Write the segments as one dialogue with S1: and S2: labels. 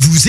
S1: Vous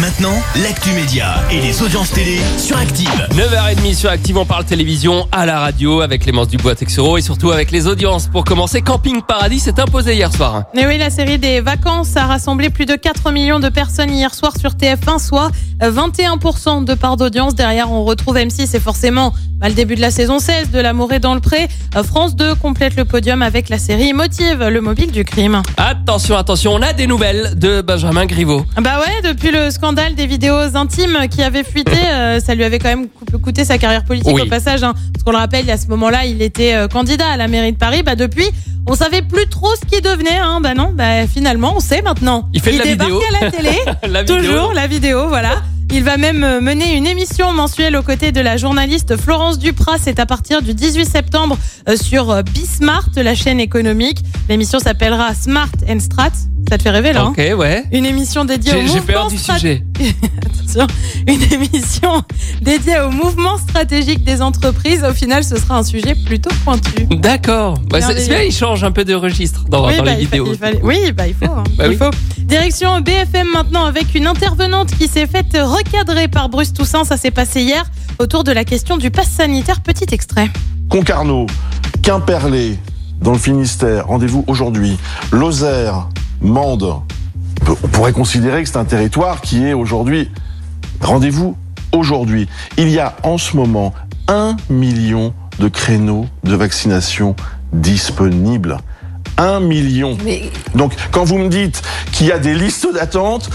S1: maintenant, l'actu média et les audiences télé sur Active.
S2: 9h30 sur Active, on parle télévision à la radio avec Clémence Dubois Texero et surtout avec les audiences. Pour commencer, Camping Paradis s'est imposé hier soir.
S3: Mais oui, la série des vacances a rassemblé plus de 4 millions de personnes hier soir sur TF1, soit euh, 21% de part d'audience. Derrière, on retrouve M6 et forcément bah, le début de la saison 16 de L'amour est dans le pré. Euh, France 2 complète le podium avec la série Motive, le mobile du crime.
S2: Attention, attention, on a des nouvelles de Benjamin Griveaux.
S3: Bah ouais, depuis le scandale des vidéos intimes qui avait fuité, euh, ça lui avait quand même cou- coûté sa carrière politique
S2: Oui.
S3: au passage. Hein. Parce qu'on le rappelle, à ce moment-là, il était euh, candidat à la mairie de Paris. Bah depuis, on savait plus trop ce qu'il devenait. Hein. Bah non, bah finalement, on sait maintenant.
S2: Il fait de la
S3: débarque
S2: vidéo.
S3: à la télé.
S2: La vidéo.
S3: Toujours la vidéo, voilà. Il va même euh, mener une émission mensuelle aux côtés de la journaliste Florence Duprat. C'est à partir du 18 septembre euh, sur euh, Bismart, la chaîne économique. L'émission s'appellera Smart and Strat. Ça te fait rêver là hein
S2: Ok, ouais.
S3: Une émission dédiée au
S2: J'ai j'ai peur
S3: mouvement
S2: du
S3: strat-
S2: sujet.
S3: Attention, une émission dédiée au mouvement stratégique des entreprises. Au final, ce sera un sujet plutôt pointu.
S2: D'accord. Bah, c'est c'est bien, il change un peu de registre dans, dans
S3: bah,
S2: Oh, les
S3: il fa-
S2: vidéos.
S3: il fallait- oui, bah, il faut. hein.
S2: Bah
S3: Il
S2: oui.
S3: faut. Direction BFM maintenant avec une intervenante qui s'est faite recadrer par Bruce Toussaint. Ça s'est passé hier autour de la question du pass sanitaire. Petit extrait.
S4: Concarneau, Quimperlé, dans le Finistère, rendez-vous aujourd'hui. Lozère, Mende. On peut- On pourrait considérer que c'est un territoire qui est aujourd'hui. Rendez-vous aujourd'hui. Il y a en ce moment un million de créneaux de vaccination disponibles. Un million. Donc, quand vous me dites qu'il y a des listes d'attente,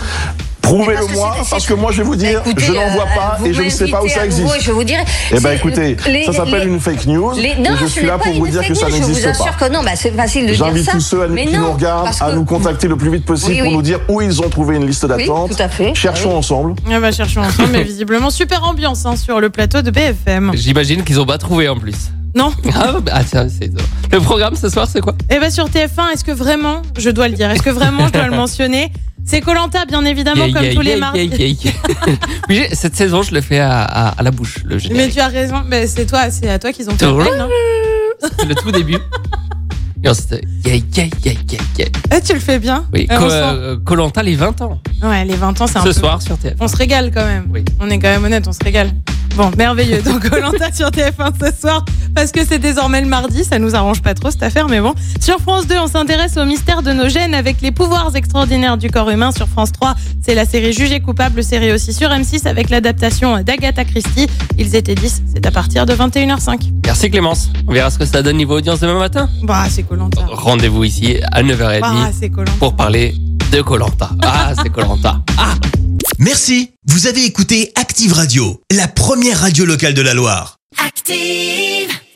S4: prouvez-le moi,
S5: c'est- c'est-
S4: parce que moi, je vais vous dire,
S5: Écoutez,
S4: je n'en vois
S5: euh,
S4: pas
S5: vous
S4: et je ne sais pas où
S5: m'invitez
S4: ça
S5: à
S4: existe.
S5: nouveau et je vous dirai.
S4: Eh ben
S5: C'est-
S4: écoutez,
S5: les-
S4: ça s'appelle
S5: les-
S4: une fake news.
S5: les-
S4: et
S5: Non,
S4: je
S5: ce
S4: suis
S5: n'est
S4: là
S5: pas
S4: pour
S5: une
S4: vous dire que
S5: fake
S4: ça
S5: news, Je
S4: n'existe
S5: vous
S4: pas.
S5: assure que non, bah, c'est facile de dire ça.
S4: J'invite tous ceux à-
S5: Mais
S4: qui
S5: non,
S4: nous regardent
S5: parce
S4: à
S5: que-
S4: nous contacter le plus vite possible
S5: Oui,
S4: pour
S5: oui.
S4: nous dire où ils ont trouvé une liste
S5: Oui,
S4: d'attente.
S5: tout à fait.
S4: Cherchons ensemble.
S3: On va chercher Ah, bah, ensemble, mais visiblement super ambiance hein, sur le plateau de BFM.
S2: J'imagine qu'ils ont pas trouvé en plus.
S3: Non
S2: Ah, bah, ah, ça, c'est- Le programme ce soir, c'est quoi
S3: Eh ben sur TF1, est-ce que vraiment, je dois le dire, est-ce que vraiment je dois le mentionner C'est Colanta, bien évidemment,
S2: Yeah,
S3: comme
S2: yeah,
S3: tous les
S2: yeah,
S3: mardis.
S2: yeah, yeah. Oui, j'ai- cette saison, je le fais à, à- à la bouche, le
S3: Mais
S2: générique.
S3: tu as raison, mais c'est toi, c'est à toi qu'ils ont fait.
S2: Toujours.
S3: appel, hein.
S2: C'est le tout début. Et on s'était- yeah, yeah, yeah, yeah, yeah.
S3: Eh, tu le fais bien.
S2: Oui, euh,
S3: Eh, on sent-
S2: Colanta, les 20 ans.
S3: Ouais, les 20 ans, c'est un
S2: Ce
S3: peu
S2: soir sur TF.
S3: On se régale quand même.
S2: Oui.
S3: On est quand même honnête, on se régale. Bon, merveilleux. Donc, Colanta sur TF1 ce soir, parce que c'est désormais le mardi, ça nous arrange pas trop cette affaire, mais bon. Sur France 2, on s'intéresse au mystère de nos gènes avec les pouvoirs extraordinaires du corps humain. Sur France 3, c'est la série Jugée coupable, série aussi sur M6 avec l'adaptation d'Agatha Christie. Ils étaient 10, c'est à partir de 21h05.
S2: Merci Clémence. On verra ce que ça donne niveau audience demain matin.
S3: Bah, c'est Colanta.
S2: Rendez-vous ici à 9h30
S3: Bah, c'est Colanta.
S2: pour parler de Colanta. Ah, c'est Colanta.
S1: Merci. Vous avez écouté Active Radio, la première radio locale de la Loire.
S5: Active.